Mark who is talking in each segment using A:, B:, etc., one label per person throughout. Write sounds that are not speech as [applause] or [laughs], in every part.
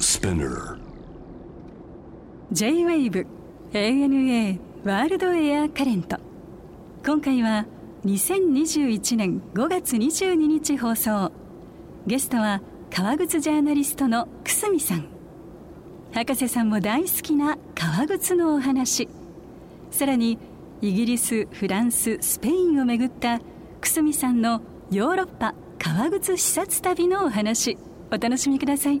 A: Spinner.
B: J-WAVE ANA ワールドエアカレント今回は2021年5月22日放送ゲストは革靴ジャーナリストの久住さん博士さんも大好きな革靴のお話さらにイギリスフランススペインを巡った久住さんのヨーロッパ革靴視察旅のお話お楽しみください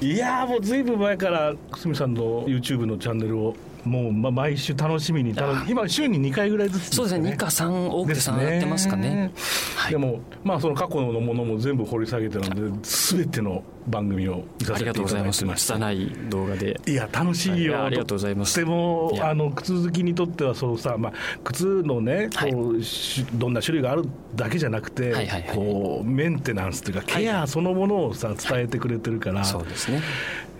C: いやーもうずいぶん前から久住さんの YouTube のチャンネルをもうま毎週楽しみにただ今週に2回ぐらいずつ、
D: そうですね、2か3、多くて3やってますかね。
C: ですねでも、まあ、その過去のものも全部掘り下げてるので、すべての番組を見さ
D: あ
C: せ
D: り
C: ていた
D: がとうござい
C: だいて
D: ます。
C: ました。
D: 拙い動画で。
C: いや楽しい
D: い
C: よ
D: やありがとうございます
C: でも
D: いや
C: あの靴好きにとってはそうさ、まあ、靴のね
D: はい
C: こう、しどんな種類があるだけじゃなくて、
D: はいはいはい
C: こうメンテナンスというかケアそのものをさ伝えてくれてるから、
D: そうですね。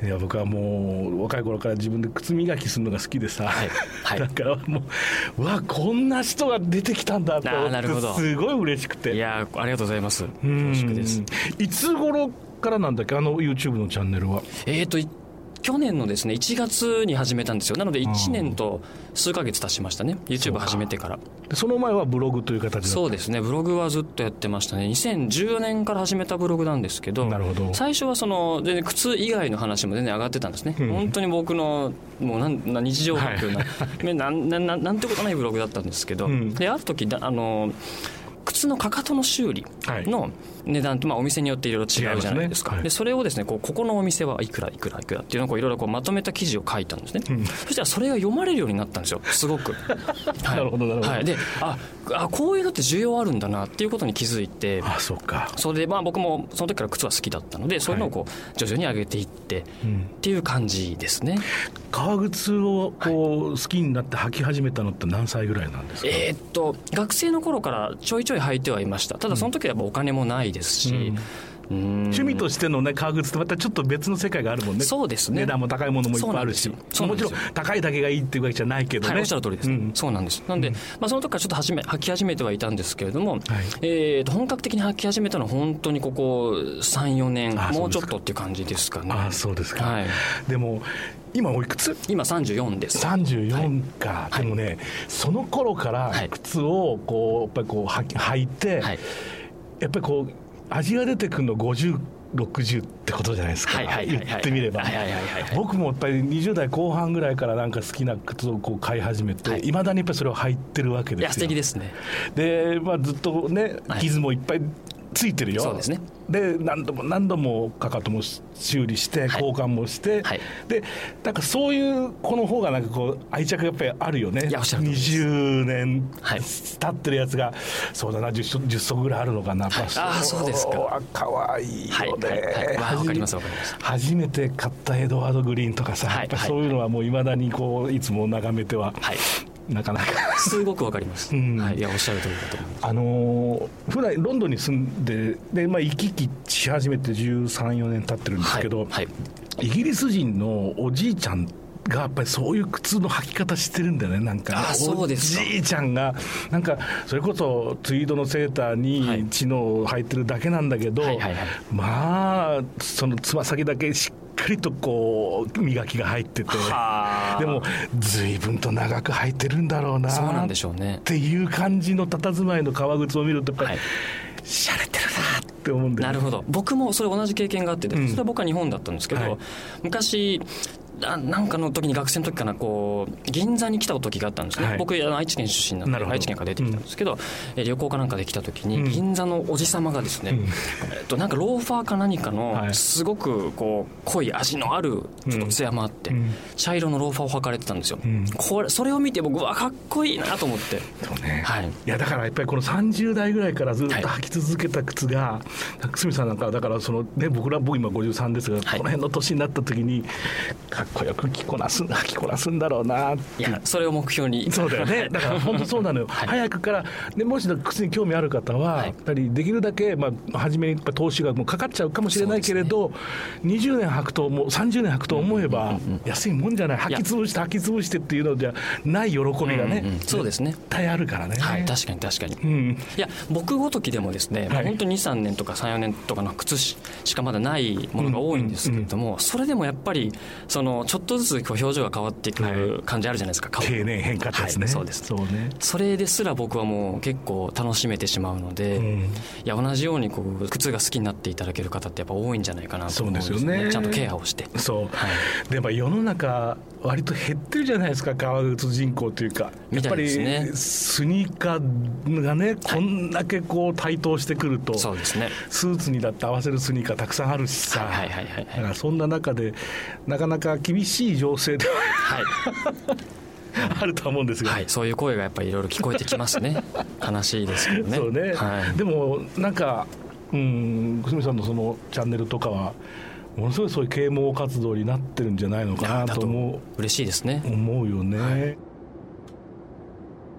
C: いや僕はもう若い頃から自分で靴磨きするのが好きでさ、
D: はいはい
C: だからもううわこんな人が出てきたんだと
D: あーなるほ
C: 思
D: ど
C: ってすごい嬉しくて
D: いやーありがとうございます。
C: うん
D: 恐縮です。
C: いつ頃からなんだっけあの YouTube のチャンネルは
D: えっ、と、い去年のですね、1月に始めたんですよ。なので1年と数ヶ月経ちましたね。YouTube 始めてから。
C: でその前はブログという形だ
D: そうですね、ブログはずっとやってましたね。2014年から始めたブログなんですけど、
C: なるほど
D: 最初はその、全然靴以外の話も全然上がってたんですね。本当に僕の、もうなんな日常学な、 [laughs] めなんなななんてことないブログだったんですけど、
C: ん
D: で、ある時だ、あの、靴のかかとの修理
C: はい
D: の値段って、まあ、お店によっていろいろ違うじゃないです
C: 違いますね
D: か。
C: はい
D: で、それをですね、こう、ここのお店はいくらいくらいくらっていうのをこういろいろこうまとめた記事を書いたんですね。そしたらそれが読まれるようになったんですよ、す
C: [laughs]
D: ごく。は
C: な
D: い
C: るほどなるほど
D: はいでああこういうのって需要あるんだなっていうことに気づいて
C: あそうか
D: それでまあ僕もその時から靴は好きだったのでそういうのをこう徐々に上げていってっていう感じですね、
C: 革靴をこう好きになって履き始めたのって何歳ぐらいなんですか
D: えーっと学生の頃からちょいちょい履いてはいましたただその時はやっぱお金もないですし、うーん
C: 趣味としてのね革靴ってまたちょっと別の世界があるもんね
D: そうですね
C: 値段も高いものもいっぱいあるし
D: そうなんです
C: もちろ
D: よ
C: ん
D: そうなんです
C: 高いだけがいいっていうわけじゃないけどね、
D: はい、おっしゃる通りです、
C: うん
D: そうなんですなんで、まあ、その時からちょっと始め履き始めてはいたんですけれども、えーと本格的に履き始めたのは本当にここ34年
C: あ
D: もうち
C: そうです
D: ょ
C: か
D: っとっていう感じですかね
C: ああそうですか、
D: はい
C: でも今おいくつ
D: 今34です
C: 34か、
D: はい
C: でもね、その頃から
D: はい
C: 靴をこうやっぱりこう履き履いて、
D: はい
C: やっぱりこう味が出てくるの5060ってことじゃないですか、
D: はいはいはいはい
C: 言ってみれば、
D: はいはいはいはい
C: 僕もやっぱり20代後半ぐらいからなんか好きな靴をこう買い始めて、
D: はい
C: いまだにやっぱりそれを履いてるわけです
D: い
C: よ
D: や素敵ですね
C: で、まあ、ずっとね
D: はい
C: 傷もいっぱいついてるよ、
D: そうですね
C: で何度も何度もかかとも修理して
D: はい
C: 交換もして、
D: はい
C: でなんかそういう子の方がなんかこう愛着がやっぱりあるよね
D: いやおっしゃる通りです
C: 20年
D: はい
C: 経ってるやつが、そうだな 10, 足10足ぐらいあるのかな、パス
D: あーそうですか
C: かわいいよね、
D: はいはいはいわあ
C: 初め
D: わかりますわかります
C: 初めて買ったエドワード・グリーンとかさ、
D: はい
C: やっぱ
D: はい
C: そういうのはもういまだにこういつも眺めては、
D: はい
C: なかなか
D: すごくわかります、
C: うん
D: はい、いやおっしゃる通りだと思います
C: あのー普段ロンドンに住んでで、まあ、行き来し始めて134年経ってるんですけど、
D: はいはい
C: イギリス人のおじいちゃんがやっぱりそういう靴の履き方してるんだよねなんか
D: あそうですか
C: おじいちゃんがなんかそれこそツイードのセーター
D: はい
C: にチノを履いてるだけなんだけど、
D: はいはいはい
C: まあそのつま先だけしっかりとこう磨きが入ってて
D: はあ
C: でも随分と長く履いてるんだろうな
D: そうなんでしょうね
C: っていう感じの佇まいの革靴を見るとやっぱり、
D: はい
C: しゃれてるなって思うんだよ
D: な
C: ね
D: るほど僕もそれ同じ経験があってでそれは僕は日本だったんですけど、
C: はい
D: 昔あなんかの時に学生の時かなこう銀座に来た時があったんですね、
C: はい
D: 僕あの愛知県出身な
C: な
D: の
C: る
D: で
C: ほど
D: 愛知県から出てきたんですけど、えー旅行かなんかで来た時に銀座のおじ様がですね、えっとなんかローファーか何か
C: は
D: の
C: い
D: すごくこう濃い味のあるちょっと艶もあって、茶色のローファーを履かれてたんですよ、これそれを見て僕はかっこいいなと思って
C: そうね
D: はい
C: いやだからやっぱりこの30代ぐらいからずっと
D: はい
C: 履き続けた靴が、久住さんなんかはだからそのね僕ら僕今53ですが、この辺の年になった時にかっこよく着こなす着こなすんだろうなって
D: いやそれを目標に
C: そうだよね。だから本当そうなのよ。早くから、でもし靴に興味ある方は、
D: はい
C: やっぱりできるだけ、まあ、初めにやっぱ投資がもうかかっちゃうかもしれないけれど、20年履くと思う、30年履くと思えば、安いもんじゃない、履き潰して、履き潰してっていうのじゃない喜びがね、
D: [laughs] うんうんそうですね
C: 絶対あるからね。
D: はい、確かに確かに、
C: うん、
D: いや僕ごときでもですね、まあ
C: はい
D: 本当に23年とか34年とかの靴ししかまだないものが多いんですけれども、それでもやっぱりそのちょっとずつこう表情が変わってい
C: はい
D: く感じあるじゃないですか、顔
C: 経年変化ってやつね、
D: はいそうです
C: そうね。
D: それですら僕はもう結構楽しめてしまうので、
C: うん
D: いや同じようにこう靴が好きになっていただける方ってやっぱ多いんじゃないかなと思うんです,、ね
C: そうですよね
D: ちゃんとケアをして
C: そう、
D: はい
C: でも世の中割と減ってるじゃないですか革靴人口というかや
D: み
C: ったぱ
D: い
C: り
D: ですね
C: スニーカーがねこんだけこう台頭してくると、
D: そうですね
C: スーツにだって合わせるスニーカーたくさんあるしさ、
D: はいはいはいはい
C: だからそんな中でなかなか厳しい情勢では
D: はい、
C: あるとは思うんですが、
D: はい、そういう声がやっぱりいろいろ聞こえてきますね悲しいですけどね
C: そうね、
D: はい、
C: でもなんかうん久住さんのそのチャンネルとかはものすごいそういう啓蒙活動になってるんじゃないのかな
D: だ
C: と
D: と
C: 思う。
D: 嬉しいですね
C: 思うよね、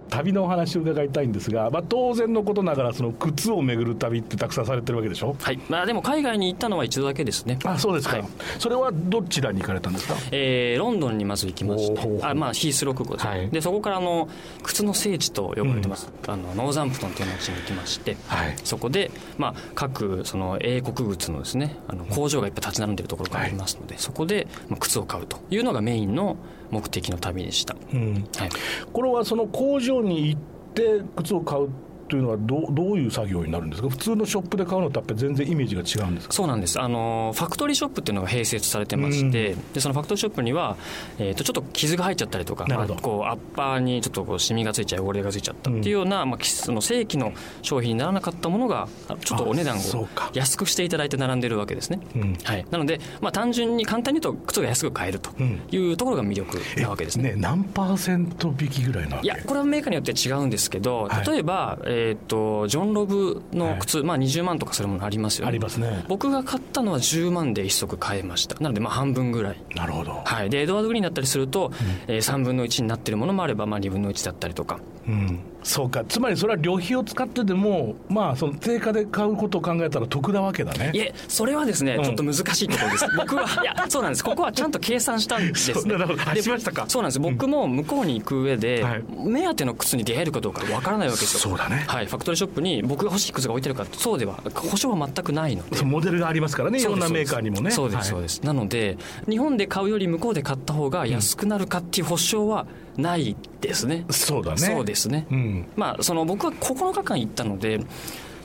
C: 旅のお話を伺いたいんですが、まあ、当然のことながらその靴を巡る旅ってたくさんされてるわけでしょ
D: はい、まあ、でも海外に行ったのは一度だけですね
C: あそうですか、
D: はい
C: それはどちらに行かれたんですか
D: えーロンドンにまず行きまし
C: おーほうほう
D: てあ、まあ、ヒースロック号ですね、
C: はい
D: でそこからあの靴の聖地と呼ばれてます、あのノーザンプトンという町に行きまして、
C: はい
D: そこで、まあ、各その英国靴のですねあの工場がいっぱい立ち並んでいるところがありますので、そこで、まあ、靴を買うというのがメインの目的の旅でした、
C: うん
D: はい、
C: これはその工場に行って靴を買うというのはどうどういう作業になるんですか普通のショップで買うのとやっぱり全然イメージが違うんですか
D: そうなんですあのファクトリーショップっていうのが併設されてまして、でそのファクトリーショップには、えー、とちょっと傷が入っちゃったりとか
C: なるほど
D: まあこうアッパーにちょっとこうシミがついちゃう汚れがついちゃったっていうような、まあ、きその正規の商品にならなかったものがあちょっとお値段
C: あそう
D: を
C: か
D: 安くしていただいて並んでるわけですね、
C: うん
D: はい、なので、まあ、単純に簡単に言うと靴が安く買えると
C: うん
D: いうところが魅力なわけですね
C: ね何パーセント引きぐらいなわ
D: い
C: け
D: やこれはメーカーによって違うんですけど、
C: はい
D: 例えば、えー、とジョン・ロブの靴、まあ、20万とかするものありますよね
C: ありますね
D: 僕が買ったのは10万で1足買えましたなのでまあ半分ぐらい
C: なるほど、
D: はい、でエドワード・グリーンだったりすると、えー3分の1になってるものもあれば、まあ、2分の1だったりとか
C: うん、そうかつまりそれは旅費を使ってでもまあその定価で買うことを考えたら得なわけだね
D: いえそれはですね、
C: うん
D: ちょっと難しいとこ
C: [laughs]
D: ろです僕はいやそうなんですここはちゃんと計算したんです、ね、
C: そうなるほどあ
D: で
C: しましたか
D: そうなんです僕も向こうに行く上で、
C: はい
D: 目当ての靴に出会えるかどうかわからないわけですよ
C: そうだね
D: はい、ファクトリーショップに僕が欲しい靴が置いてるかってそうでは保証は全くないので
C: そうモデルがありますからね、い
D: そ
C: ろ
D: う
C: ん
D: です
C: なメーカーにもね。
D: そうですそう
C: はい
D: です、なので日本で買うより向こうで買った方が安くなるかっていう保証はないですね、
C: そうだね。
D: そうですね、
C: うん。
D: まあその僕は9日間行ったので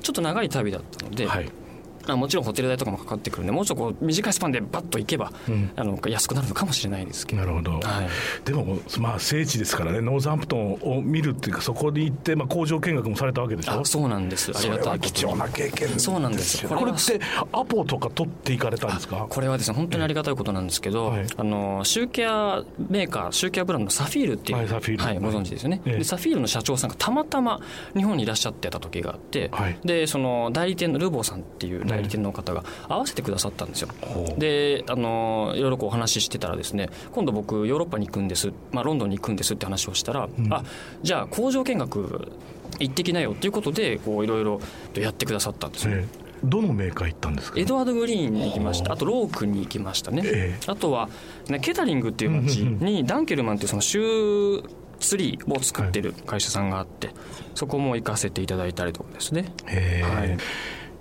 D: ちょっと長い旅だったので、
C: はい。
D: まあ、もちろんホテル代とかもかかってくるんでもうちょっとこう短いスパンでバッと行けば、
C: うん
D: あの安くなるのかもしれないですけど
C: なるほど。
D: はい
C: でも、まあ、聖地ですからね、ノーザンプトンを見るっていうか、そこに行って、まあ、工場見学もされたわけでしょ
D: あそうなんですあり
C: そ
D: が
C: れ
D: た
C: はい
D: ことに
C: 貴重な経験ですよ
D: そうなんです
C: これ
D: これは
C: って、アポとか取っていかれたんですか
D: これはですね本当にありがたいことなんですけど、
C: はい
D: あのシューケアメーカーシューケアブランドのサフィールっていう、
C: はいサフィール
D: ご存知ですよね、
C: ええ
D: でサフィールの社長さんがたまたま日本にいらっしゃってた時があって、
C: はい
D: でその代理店のルボーさんっていう代理店の方が合わせてくださったんですよ、
C: ほう
D: であのいろいろこうお話ししてたらですね今度僕ヨーロッパに行くんです、まあ、ロンドンに行くんですって話をしたら、あじゃあ工場見学行ってきなよっていうことでこういろいろやってくださったんですよ、
C: ええどのメーカー行ったんですか
D: エドワード・グリーンに行きましたあとロークに行きましたね、
C: ええ
D: あとは、ね、ケタリングっていう町にダンケルマンっていうそのシューツリーを作ってる会社さんがあって、そこも行かせていただいたりとかですね
C: へえ
D: はい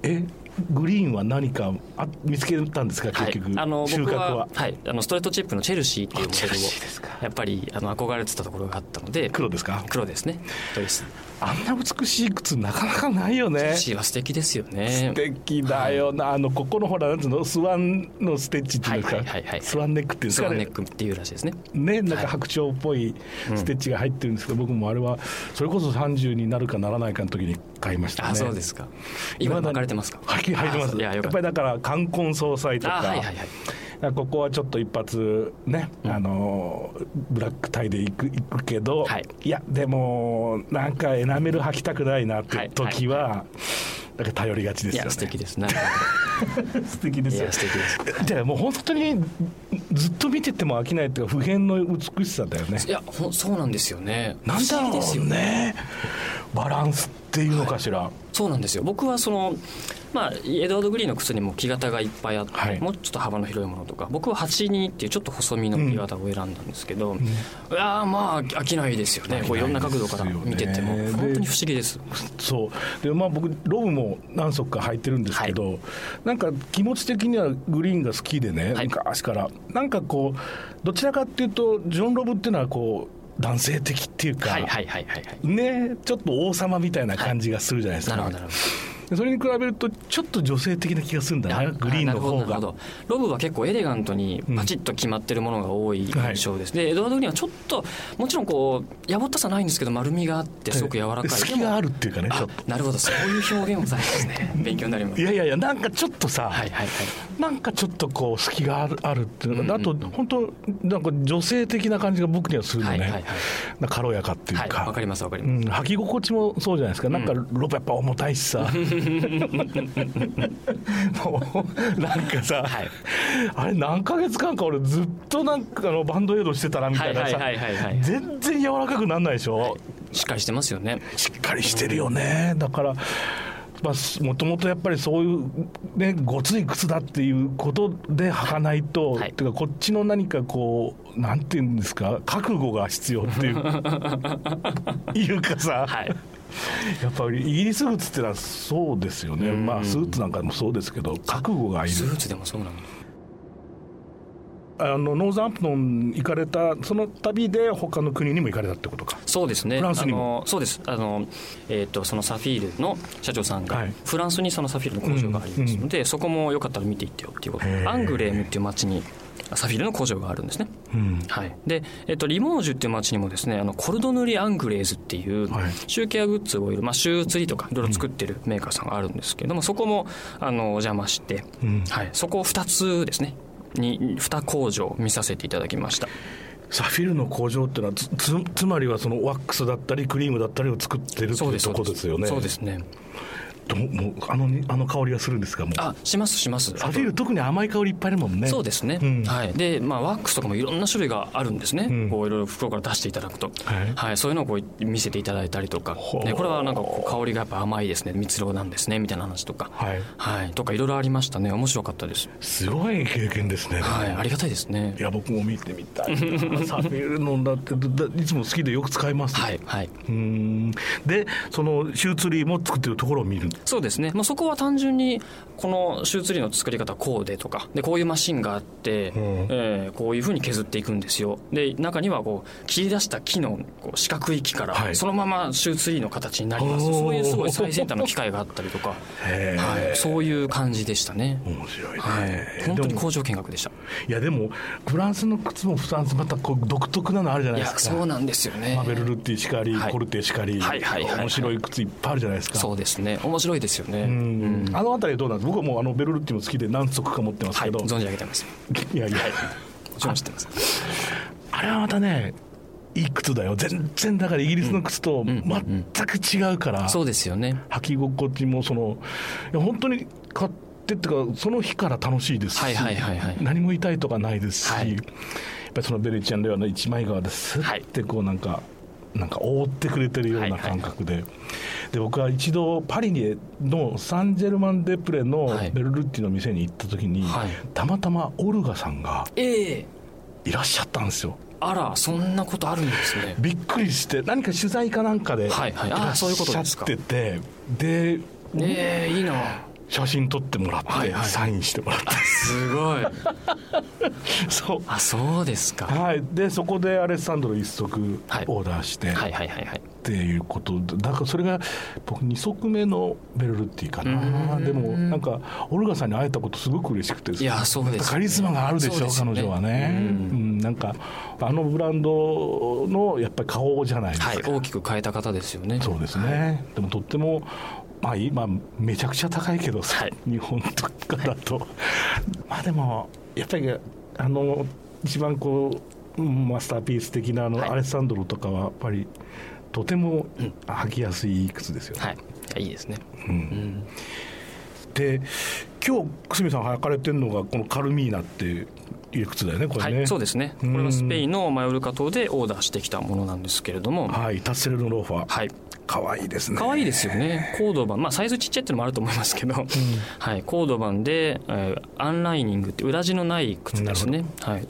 C: え、グリーンは何かあ見つけたんですか、
D: は
C: 結
D: い
C: 局、、
D: あの
C: 収
D: 僕
C: 穫は。
D: は、はい、あのストレートチップのチェルシーっていうモデ
C: チェルシーです
D: ルをやっぱりあの憧れてたところがあったので
C: 黒ですか
D: 黒ですねドレス
C: あんな美しい靴、なかなかないよね。
D: シーは素敵ですよね
C: 素敵だよな、あのここのほらなんつうのスワンのステッチっていうんですか、
D: はいはいはいはい
C: スワンネックっていうんです
D: ス
C: か
D: ワンネ
C: ね
D: ックっていうらしいですね
C: ねなんか白鳥っぽいステッチが入ってるんですけど、僕もあれはそれこそ30になるかならないかの時に買いましたね
D: あそうですか今巻かれてますか
C: はい入ってま
D: あそ
C: す
D: ういや
C: やっ
D: よかっ
C: ぱ
D: た
C: りだから冠婚葬祭とか
D: あはいはいはい
C: ここはちょっと一発ね、あのブラックタイで行く行くけど、
D: はいい、
C: やでもなんかエナメル履きたくないなって時は、なんか頼りがちで
D: い
C: すよ
D: や
C: ね
D: 素敵ですね
C: 素敵で
D: い
C: すよ [laughs]
D: や素敵です
C: じゃあもう本当にずっと見てても飽きないっていうか普遍の美しさだよね
D: いやほんそうなんですよね
C: なんだろ
D: 不思議ですよ
C: うねバランスっていうのかしら、
D: そうなんですよ僕はその、まあ、エドワード・グリーンの靴にも木型がいっぱいあって、
C: はい
D: もうちょっと幅の広いものとか僕は82っていうちょっと細身の木型を選んだんですけど、いやーまあ飽きないですよねこういろんな角度から見てて
C: 飽きない
D: も、
C: ですよね
D: 本当に不思議です
C: そうでまあ僕ロブも何足か履いてるんですけど、なんか気持ち的にはグリーンが好きでね、
D: はい
C: 昔からなんかこうどちらかっていうとジョン・ロブっていうのはこう男性的っていうか、
D: はいはいはいはいはい
C: ねちょっと王様みたいな感じがするじゃないです
D: な
C: か、
D: るほどなるほど
C: でそれに比べるとちょっと女性的な気がするんだ
D: あ
C: なグリーンの方
D: なるほどなるほ
C: が
D: どロブは結構エレガントにパチッと決まってるものが多い印象です、でエドワード・グリーンはちょっともちろんこうやぼったさないんですけど丸みがあってすごく柔らかい
C: 隙があるっていうかねちょ
D: あ
C: っと
D: なるほどそういう表現もされま
C: [laughs]
D: すね勉強になります
C: いやいやいやなんかちょっとさ、
D: はいはいはい
C: なんかちょっとこう隙があるあるっていうのが、
D: うんうんうん
C: あと本当なんか女性的な感じが僕にはするのね、
D: はいはいはい
C: なんか軽やかっていう
D: はい
C: か、
D: わかりますわかり
C: う
D: ます、
C: ん、履き心地もそうじゃないですか、なんかロペやっぱ重たいし
D: [laughs]
C: さ、もうなんかさ、
D: はい
C: あれ、何ヶ月間か俺、ずっとなんかあのバンドエイドしてたなみたいなさ、
D: はいはいはいはいはい
C: 全然柔らかくならないでしょ、
D: しっかりしてますよね
C: しっかりしてるよね、だから。まあ、もともとやっぱりそういう、ね、ごつい靴だっていうことで履かないと、
D: はい
C: ていうかこっちの何かこうなんていうんですか覚悟が必要っていういうかさ、
D: はい
C: やっぱりイギリス靴ってのはそうですよね、まあ、スーツなんかもそうですけど、覚悟がいる
D: スーツでもそうなの
C: あのノーザンプトン行かれた、その旅で他の国にも行かれたってことか、
D: そうですね
C: フランスにも
D: あのそうですあの、えー、とそのサフィールの社長さんが、
C: はい
D: フランスにそのサフィールの工場がありますので、そこもよかったら見ていってよっていうこと
C: へー
D: アングレームっていう町にサフィールの工場があるんですね、
C: うん
D: はい、で、えっと、リモージュっていう町にもですねあのコルドヌリ・アングレーズっていう
C: はい
D: シューケアグッズをいろ、まあ、シュー釣りとかいろいろ作ってるメーカーさんがあるんですけれどもそこもあのお邪魔して、
C: うん
D: はい、そこを2つですねに2工場を見させていただきました
C: サフィルの工場っていうのはつつ、つまりはそのワックスだったり、クリームだったりを作ってるって
D: そう
C: いう
D: です
C: とこですよね、
D: そうですね
C: どもうあのにあの香りがするんですか、もう
D: あしますします
C: サフィル、特に甘い香りいっぱいあるもんね。
D: そうですね、
C: うん
D: はい、で、まあ、ワックスとかもいろんな種類があるんですね、
C: ん
D: こういろいろ袋から出していただくと、
C: は
D: はいいそういうのをこう見せていただいたりとか、
C: ほう
D: でこれはなんかこう香りがやっぱ甘いですね、蜜蝋なんですねみたいな話とか、
C: はい
D: はい、とかいろいろありましたね、面白かったです、
C: すごい経験ですね、
D: はい、ありがたいですね
C: い、。や僕も見てみたいな
D: [laughs]
C: サフィルのだってだいつも好きでよく使います、
D: はい、はい、
C: うーんでそのシューツリーも作ってるところを見る
D: そうですね、まあ、そこは単純にこのシューツリーの作り方はこうでとかでこういうマシンがあって、えーこういうふうに削っていくんですよで中にはこう切り出した木のこう四角い木から、
C: はい
D: そのままシューツリーの形になります
C: おー
D: そういうすごい最先端の機械があったりとか、
C: へー
D: はい、そういう感じでしたね、
C: 面白いね、
D: はい、本当に
C: でも
D: 工場見学でした
C: いやでもフランスの靴もフランスまたこう独特なのあるじゃないいで
D: や
C: すか
D: そうなんですよね
C: マベルルッティしかり、
D: はい
C: コルテしかり、
D: はいはいはいはい
C: 面白い靴いっぱいあるじゃないですか。
D: そうですね面白いですよね
C: う
D: うん
C: んあのあたりどうなんです僕はもうあのベルルッティも好きで何足か持ってます
D: はい
C: けど、
D: 存じ上げてます
C: い、やいや、
D: もちろん知ってます
C: あれはまたねいい靴だよ全然だからイギリスの靴と全く違うから、
D: そうですよね
C: 履き心地もそのいや本当に買ってっていうかその日から楽しいですし、
D: はいはいはいはい
C: 何も痛いとかないですし、
D: はい
C: やっぱりそのベレチアンレアの一枚川です
D: はい
C: ってこうなんか、なんか覆ってくれてるよう
D: はい
C: な
D: はい
C: 感覚で,、で僕は一度パリにのサンジェルマン・デプレの
D: はい
C: ベルルッティの店に行った時に、
D: はい
C: たまたまオルガさんが
D: ええ
C: いらっしゃったんですよ
D: あらそんなことあるんですね
C: びっくりして何か取材かなんかでいら
D: はいはいあー
C: っし
D: そういうこと
C: ゃ
D: で
C: っ
D: すか
C: ててで
D: ええいいな
C: 写真撮ってもらって、
D: はいはい
C: サインしてもらって
D: すごい
C: そう
D: あ [laughs] そうですかは
C: はい、でそこでアレッサンドロ一足
D: はい
C: オーダーして、
D: いはいはいはい
C: っていうことでだからそれが僕2足目のベルルッティかなでもなんかオルガさんに会えたことすごく嬉しくて
D: いやそうですね
C: なんかカリスマがあるでし
D: そ
C: ょ
D: うですよね
C: 彼女はね、う
D: う
C: ん、
D: ん
C: なんかあのブランドのやっぱり顔じゃないですか、
D: はい大きく変えた方ですよね
C: そうですね、でもとってもまあ今めちゃくちゃ高いけどさ、
D: はい
C: 日本とかだと、まあでもやっぱりあの一番こううんマスターピース的なあの
D: はい
C: アレッサンドロとかはやっぱりとても履きやすい靴ですよね、
D: はいいやいいですねうん
C: で今日久住さん履かれてるのがこのカルミーナっていういう靴だよねこれね、
D: はい、そうですね。これはスペインのマヨルカ島でオーダーしてきたものなんですけれども、
C: はいタッセルのローファー
D: はい。
C: 可愛いですね
D: 可愛いですよね。コードバン、まあサイズちっちゃいってのもあると思いますけど、はい、コードバンで、えーアンライニングって裏地のない靴ですね。はい。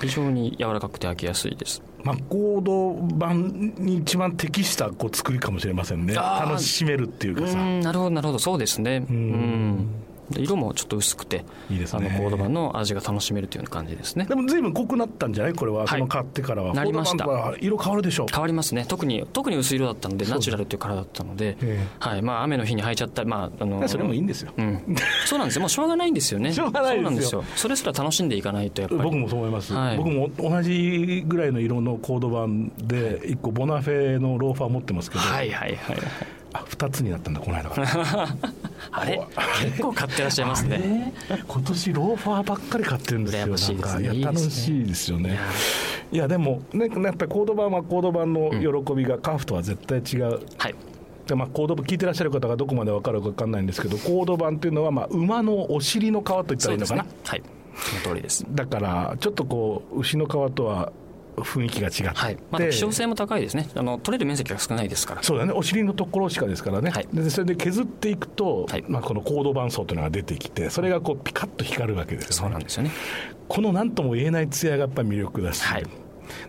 D: 非常に柔らかくて履きやすいです。
C: まあ、コード版に一番適したこう作りかもしれませんね
D: あー
C: 楽しめるっていう
D: う
C: かさ
D: ん、なるほどなるほど、そうですね。うん。で色もちょっと薄くて、
C: いいです
D: あ
C: ね
D: のコードバンの味が楽しめるというような感じですね
C: で。も随分濃くなったんじゃないこれは、
D: い
C: その買ってからは
D: なりました
C: コード版は色変わるでしょう
D: 変わりますね特に特に薄い色だったのでナチュラルというカラーだったので、
C: え
D: はいまあ、雨の日に履いちゃったり、まああの
C: それもいいんですよ
D: うん、そうなんですよもうしょうがないんですよね
C: [laughs] しょうがないですよ
D: そうなんですよそれすら楽しんでいかないとやっぱり
C: 僕もそう思います、
D: はい
C: 僕も同じぐらいの色のコード版で一個ボナフェのローファー持ってますけど、
D: はいはいはい
C: あ二つになったんだこの間から
D: あれ結構買ってらっしゃいますね
C: 今年ローファーばっかり買ってるんですよ
D: 羨ましいですね
C: なんかいや
D: いいで
C: 楽
D: すね
C: しいですよねいやでもねやっぱりコード版はコード版の喜びがカーフとは絶対違う、
D: はい
C: でまあ、コード聞いてらっしゃる方がどこまで分かるか分かんないんですけどコード版っていうのはまあ馬のお尻の皮と言った
D: そ
C: らいうい
D: で
C: の
D: す
C: か
D: ね
C: な、
D: はいその通りです
C: だからちょっとこう牛の皮とは雰囲気が違って、
D: はいまた希少性も高いですねあの取れる面積が少ないですから
C: そうだねお尻のところしかですからね、
D: はい
C: でそれで削っていくと、
D: はい
C: まあ、このコード板層というのが出てきてそれがこうピカッと光るわけですよね
D: そうなんですよね
C: この何とも言えない艶がやっぱり魅力だし、
D: はい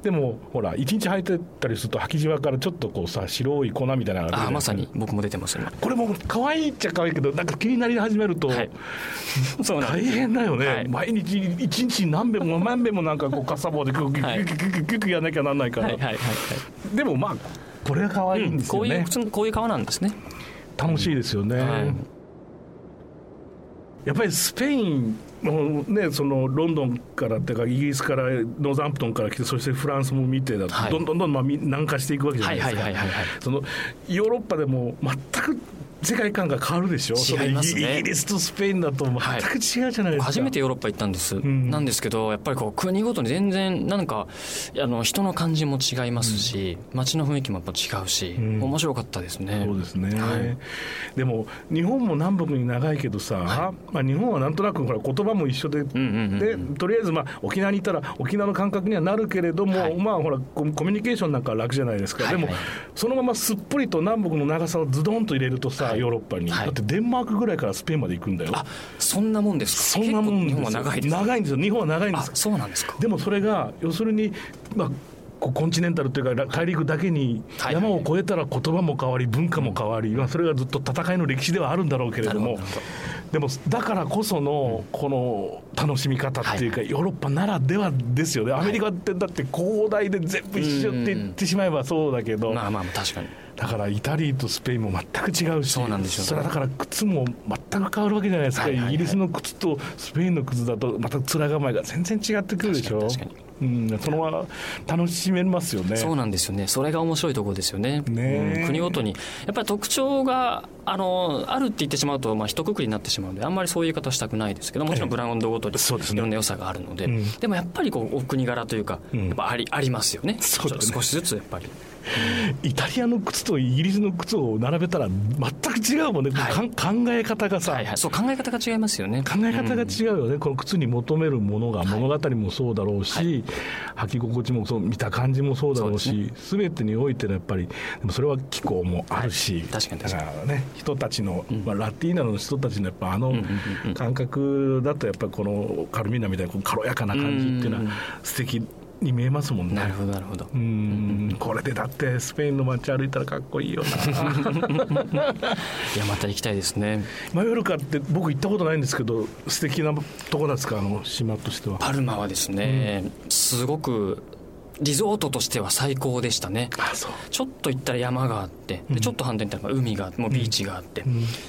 C: でもほら一日履いてたりすると履きじわからちょっとこうさ白い粉みたいなのが出るじゃ
D: あ
C: な
D: あ
C: い
D: まさに僕も出てます今
C: これも可愛いっちゃ可愛いけどなんか気になり始めると、
D: はいそうなん
C: 大
D: です
C: 変だよね、
D: はい
C: 毎日一日何遍も何遍もなんかこうかさぼうでグクグク
D: はい
C: グクグクグクやらなきゃなんないから、
D: はいはいはいはい
C: でもまあこれが可愛いんです
D: こ
C: よ
D: う
C: ね、
D: いう普通のこういう革なんですね。
C: 楽しいですよね、
D: はい
C: やっぱりスペインのねそのロンドンからっていうかイギリスからノーザンプトンから来てそしてフランスも見てだと、
D: はい
C: どんどんどんまあみ南下していくわけじゃないですか、
D: はいはいはいはいはい
C: そのヨーロッパでも全く世界観が変わるでしょ
D: 違いますね
C: そのイギイギリスとスペインだと全く
D: はい
C: 違うじゃないですか、
D: 初めてヨーロッパ行ったんです。
C: ん
D: なんですけど、やっぱりこう国ごとに全然なんかあの人の感じも違いますし、街の雰囲気もやっぱ違うし、
C: ん
D: 面白かったですね。
C: そうですね、
D: はい
C: でも日本も南北に長いけどさ、まあ、日本はなんとなくほら言葉も一緒で,、
D: ん
C: でとりあえずまあ沖縄にいたら沖縄の感覚にはなるけれども、
D: はい
C: まあほらココミュニケーションなんかは楽じゃないですか、
D: はい
C: でも
D: はい
C: そのまますっぽりと南北の長さをズドンと入れるとさ、
D: はい
C: ヨーロッパに、
D: はい
C: だってデンマークぐらいからスペインまで行くんだよ
D: あ、そんなもんですか。
C: そんなもんです
D: 結
C: よ
D: 構日本は長いです。
C: 長いんですよ日本は長いんで
D: あ
C: す、
D: そうなんですか。
C: でもそれが要するに、まあ、こうコンチネンタルというか大陸だけに
D: はい
C: 山を越えたら言葉も変わり文化も変わり、まあ、それがずっと戦いの歴史ではあるんだろうけれども
D: なるほどなるほ
C: でもだからこそのこの楽しみ方っていうか、ヨーロッパならではですよねアメリカってだって広大で全部一緒って言ってしまえばそうだけど、
D: まあまあまあ確かに。
C: だからイタリーとスペインも全く違うし
D: そうなんですよね
C: それはだから靴も全く変わるわけじゃないですか、
D: はいはいはい
C: イギリスの靴とスペインの靴だとまた面構えが全然違ってくるでしょ
D: 確かに確
C: うん、そのまま楽しめますよね
D: そうなんですよね。それが面白いところですよね。
C: ねえ
D: うん国ごとに。やっぱり特徴が、あの、あるって言ってしまうと、まあ、一括りになってしまうので、あんまりそういう言い方はしたくないですけど、もちろんブランドごとに、
C: そうですね
D: いろんな良さがあるので、
C: うん
D: でもやっぱりこう、お国柄というか、
C: ん
D: やっぱあり、ありますよね。
C: そうだね
D: ちょっと少しずつ、やっぱり。
C: イタリアの靴とイギリスの靴を並べたら全く違うもんね、
D: はい
C: かん考え方がさ、
D: はいはい。そう、考え方が違いますよね。
C: 考え方が違うよね、この靴に求めるものが物語もそうだろうし、履き心地もそう見た感じもそうだろうしすべ、全てにおいてのやっぱりでもそれは気候もあるし、
D: 確かに
C: だ
D: 確
C: か
D: から
C: ね人たちの、まあ、ラティーナの人たちのやっぱあの感覚だとやっぱりこのカルミーナみたいなこう軽やかな感じっていうのは素敵に見えますもんね。
D: なるほど、なるほど。
C: うんこれでだってスペインの街歩いたらかっこいいよな
D: いや、また行きたいですね。
C: マヨルカって僕行ったことないんですけど素敵なとこなんですかあの島としては
D: パルマはですね、すごく、リゾートとしては最高でしたね。
C: あそう
D: ちょっと行ったら山があってでちょっと反対に行ったら海があってもうビーチがあって、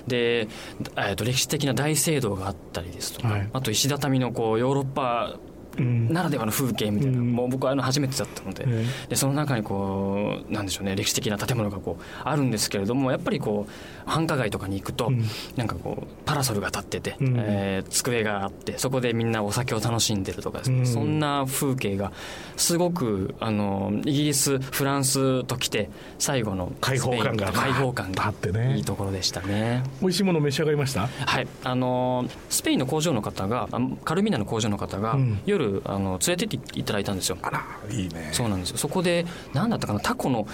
D: で、えー、と歴史的な大聖堂があったりですとか、
C: はい
D: あと石畳のこうヨーロッパ
C: うん
D: ならではの風景みたいな、
C: うん
D: もう僕はあの初めてだったので,、
C: え
D: でその中にこうなんでしょうね歴史的な建物がこうあるんですけれどもやっぱりこう繁華街とかに行くと、
C: ん
D: なんかこうパラソルが立ってて、
C: うん
D: えー机があってそこでみんなお酒を楽しんでるとかですね、
C: うん
D: そんな風景がすごくあのイギリスフランスと来て最後の
C: 開放感が
D: スペイン開放感が
C: あってね
D: いいところでしたね。
C: 美味しいもの召し上がりました
D: はい、あのースペインの工場の方があカルミナの工場の方が、
C: うん
D: 夜夜あの連れてっていただいたんですよ
C: あらいいね
D: そうなんですよそこで何だったかなタコの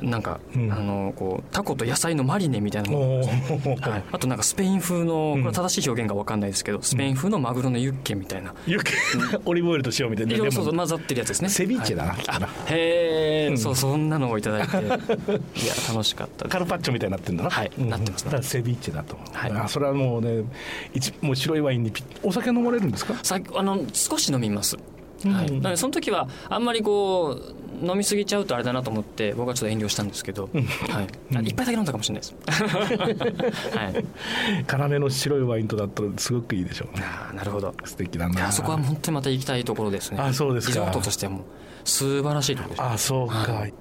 D: なんか、
C: うん
D: あのこうタコと野菜のマリネみたいなの
C: おお
D: はい、あとなんかスペイン風のこ
C: ん
D: れは正しい表現が分かんないですけど、スペイン風のマグロのユッケみたいな、
C: 余計なオリーブオイルと塩みたい
D: い
C: な
D: ろいろそうそう
C: でも
D: 混ざってるやつですね
C: セビーチェだな
D: はい
C: きっとな
D: あへえ、そうそんなのをいただいていや楽しかったです
C: カルパッチョみたいになってんだな
D: はい
C: うん
D: なってます
C: だからセビーチェだと、
D: はい
C: あそれはもうね一もう白いワインにぴっお酒飲まれるんですか
D: さあの少し飲みます、はい、
C: うん
D: なのでその時はあんまりこう飲みすぎちゃうとあれだなと思って僕はちょっと遠慮したんですけど、はい、あ一杯だけ飲んだかもしれないです、
C: [laughs]
D: はい、
C: 辛めの白いワインとだったらすごくいいでしょうね
D: あーなるほど
C: 素敵だ
D: いや
C: な
D: あそこは本当にまた行きたいところですね
C: あそうですか
D: リゾートとしても素晴らしいところです
C: あそうか、、
D: はい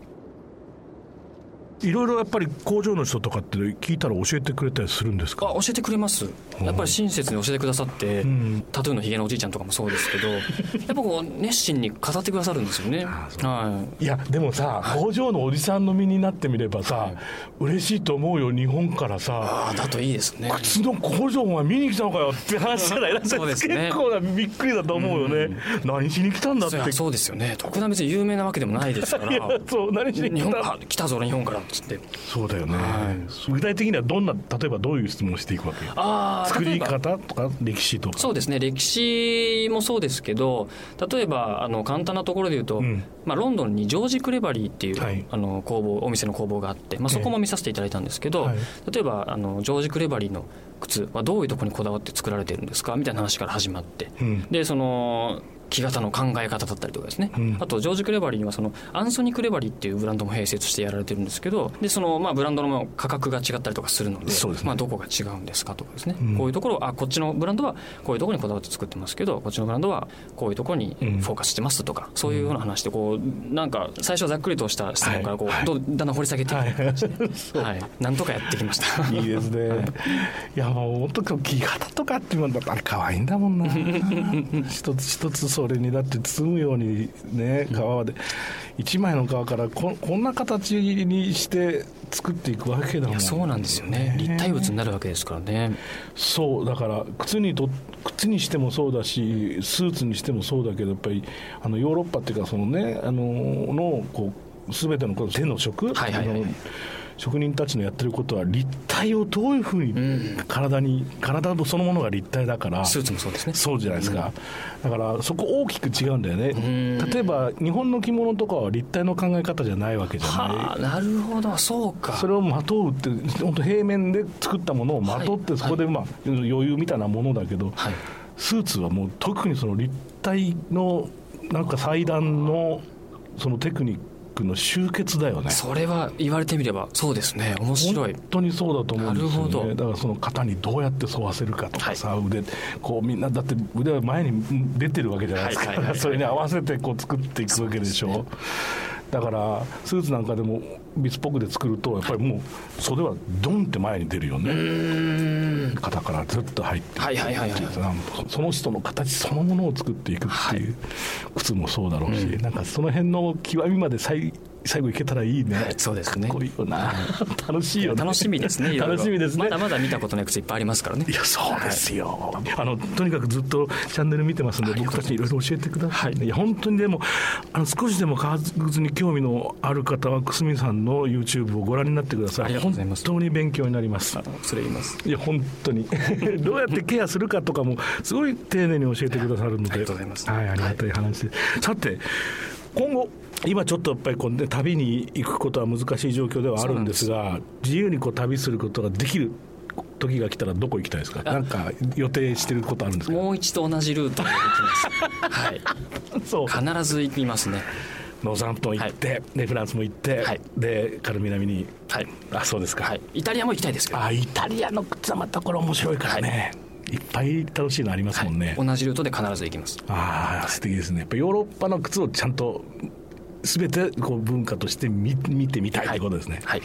C: ろいろやっぱり工場の人とかって聞いたら教えてくれたりするんです
D: あ
C: か
D: 教えてくれますやっぱり親切に教えてくださって、
C: ん
D: タトゥーのひげのおじいちゃんとかもそうですけどやっぱこう熱心に飾ってくださるんですよね
C: あそう
D: はい
C: いやでもさ、工場のおじさんの身になってみればさ、嬉しいと思うよ日本からさ
D: ああだといいですね
C: 靴の工場お前見に来たのかよって話じゃないな
D: [laughs] そうですね
C: 結構なびっくりだと思うよね、何しに来たんだって
D: そうそうですよね特段別に有名なわけでもないですか
C: いや
D: ら
C: そう何しに
D: 日
C: 来
D: 本
C: た
D: あ来たぞ俺日本からっつって
C: そうだよね、
D: は
C: 具体的にはどんな例えばどういう質問をしていくわけ
D: ああ
C: 作り方とか歴史とか
D: そうですね歴史もそうですけど例えばあの簡単なところで言うと、
C: うん
D: まあ、ロンドンにジョージ・クレバリーっていう、
C: はい
D: あの工房お店の工房があって、まあ、そこも見させていただいたんですけど、
C: はい
D: 例えばあのジョージ・クレバリーの靴はどういうところにこだわって作られてるんですかみたいな話から始まって、
C: うん
D: でその木型の考え方だったりとかですね、
C: うん
D: あとジョージ・クレバリーにはそのアンソニー・クレバリーっていうブランドも併設してやられてるんですけどでそのまあブランドの価格が違ったりとかするので
C: そうですね
D: まあ、どこが違うんですかとかですね、
C: うん
D: こういうところあこっちのブランドはこういうところにこだわって作ってますけどこっちのブランドはこういうところにフ
C: うん
D: ォーカスしてますとか、そういうような話でこうなんか最初はざっくりとした質問からこう、
C: はい
D: どんだんだん掘り下げていく感じで、はいなんとかやってきました。
C: いいですね。 [laughs] いやもう本当木型とかっていうものだあれ可愛いんだも
D: [laughs]
C: んな。一つ一つそれにだって包むようにね皮まで一枚の皮からここんな形にして作っていくわけだもん。
D: いやそうなんですよね立体物になるわけですからね
C: そうだから靴にと靴にしてもそうだしスーツにしてもそうだけどやっぱりあのヨーロッパっていうかそのねあののこう全てのこの手の職、
D: はいはいはいはい
C: あの職人たちのやってることは立体をどういうふうに体に、体そのものが立体だから
D: スーツもそうですね
C: そうじゃないですか、だからそこ大きく違うんだよね、
D: ん
C: 例えば日本の着物とかは立体の考え方じゃないわけじゃない
D: はあなるほどそうか
C: それをまとうって本当平面で作ったものをまとって、
D: はい
C: そこでまあ余裕みたいなものだけど、
D: はい
C: スーツはもう特にその立体のなんか裁断のそのテクニックの集結だよね。
D: それは言われてみればそうですね面白い
C: 本当にそうだと思うんです
D: なる
C: よ
D: ほ
C: ね
D: ど
C: だからその型にどうやって沿わせるかとかさ、腕こうみんなだって腕は前に出てるわけじゃないですか、
D: はいはいはい
C: [laughs] それに合わせてこう作っていくわけでしょだからスーツなんかでもビスポックで作るとやっぱりもう袖はドンって前に出るよね、型からずっと入って
D: はいはいはいはい
C: その人の形そのものを作っていくっていう、靴もそうだろうし、なんかその辺の極みまで最最後いけたらいいね、
D: そうですね
C: かっこいいよな楽しいよね
D: 楽しみですねいろいろ
C: 楽しみですね
D: まだまだ見たことない靴いっぱいありますからね
C: いやそうですよ、あのとにかくずっとチャンネル見てますんで僕たちにいろいろ教えてください、ねい、や本当にでもあの少しでも革靴に興味のある方は久住さんの YouTube をご覧になってください
D: ありがとうございます
C: 本当に勉強になります
D: それ言います
C: いや本当に [laughs] どうやってケアするかとかもすごい丁寧に教えてくださるのであり
D: がとうございます
C: はい、ありがたい話です、さて今後今ちょっとやっぱりこう、ね、旅に行くことは難しい状況ではあるんですが自由にこう旅することができる時が来たらどこ行きたいですかなんか予定してることあるんですか
D: もう一度同じルートで行
C: [laughs]
D: きます、はい、
C: そう
D: 必ず行きますね
C: ノーザンプトン行って、でフランスも行って、
D: はい
C: でカルミナミに
D: はい、
C: あそうですか、
D: はい、イタリアも行きたいですけど、
C: あイタリアの靴はまたこれ面白いからね、い、っぱい楽しいのありますもんね、
D: 同じルートで必ず行きます
C: ああ素敵ですねやっぱヨーロッパの靴をちゃんと全てこう文化として見見てみたいということですね。
D: はい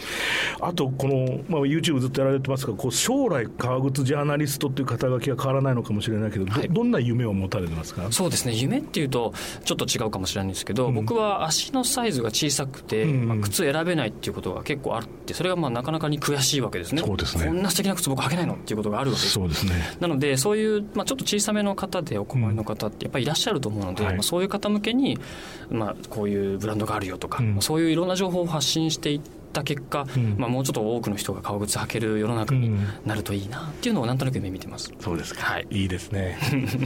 C: あとこの、まあ、YouTube ずっとやられてますがこう将来革靴ジャーナリストという肩書きが変わらないのかもしれないけどど,、
D: はい
C: んな夢を持たれてますか
D: そうですね夢っていうとちょっと違うかもしれないんですけど、僕は足のサイズが小さくて、
C: うん
D: まあ、靴選べないっていうことが結構あってそれがまあなかなかに悔しいわけですね
C: そうですね
D: こんな素敵な靴僕履けないのっていうことがあるわけです
C: うですね。
D: なのでそういう、まあ、ちょっと小さめの方でお困りの方ってやっぱりいらっしゃると思うので、
C: はい
D: まあ、そういう方向けに、まあ、こういうブランドがあるよとか、
C: うん
D: まあそういういろんな情報を発信していった結果、
C: うん
D: まあ、もうちょっと多くの人が革靴履ける世の中になるといいなっていうのをなんとなく夢見てます。
C: そうですか、
D: はい
C: い、いですね
D: [laughs]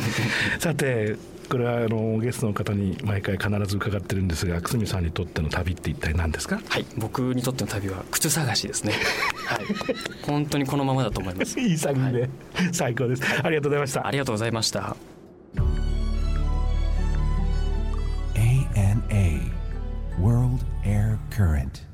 C: さてこれはあのゲストの方に毎回必ず伺ってるんですが久住さんにとっての旅って一体何ですか
D: はい、僕にとっての旅は靴探しですね。はい、本当にこのままだと思います。
C: いい作品で、最高ですありがとうございました
D: ありがとうございました。
A: ANA, World Air Current.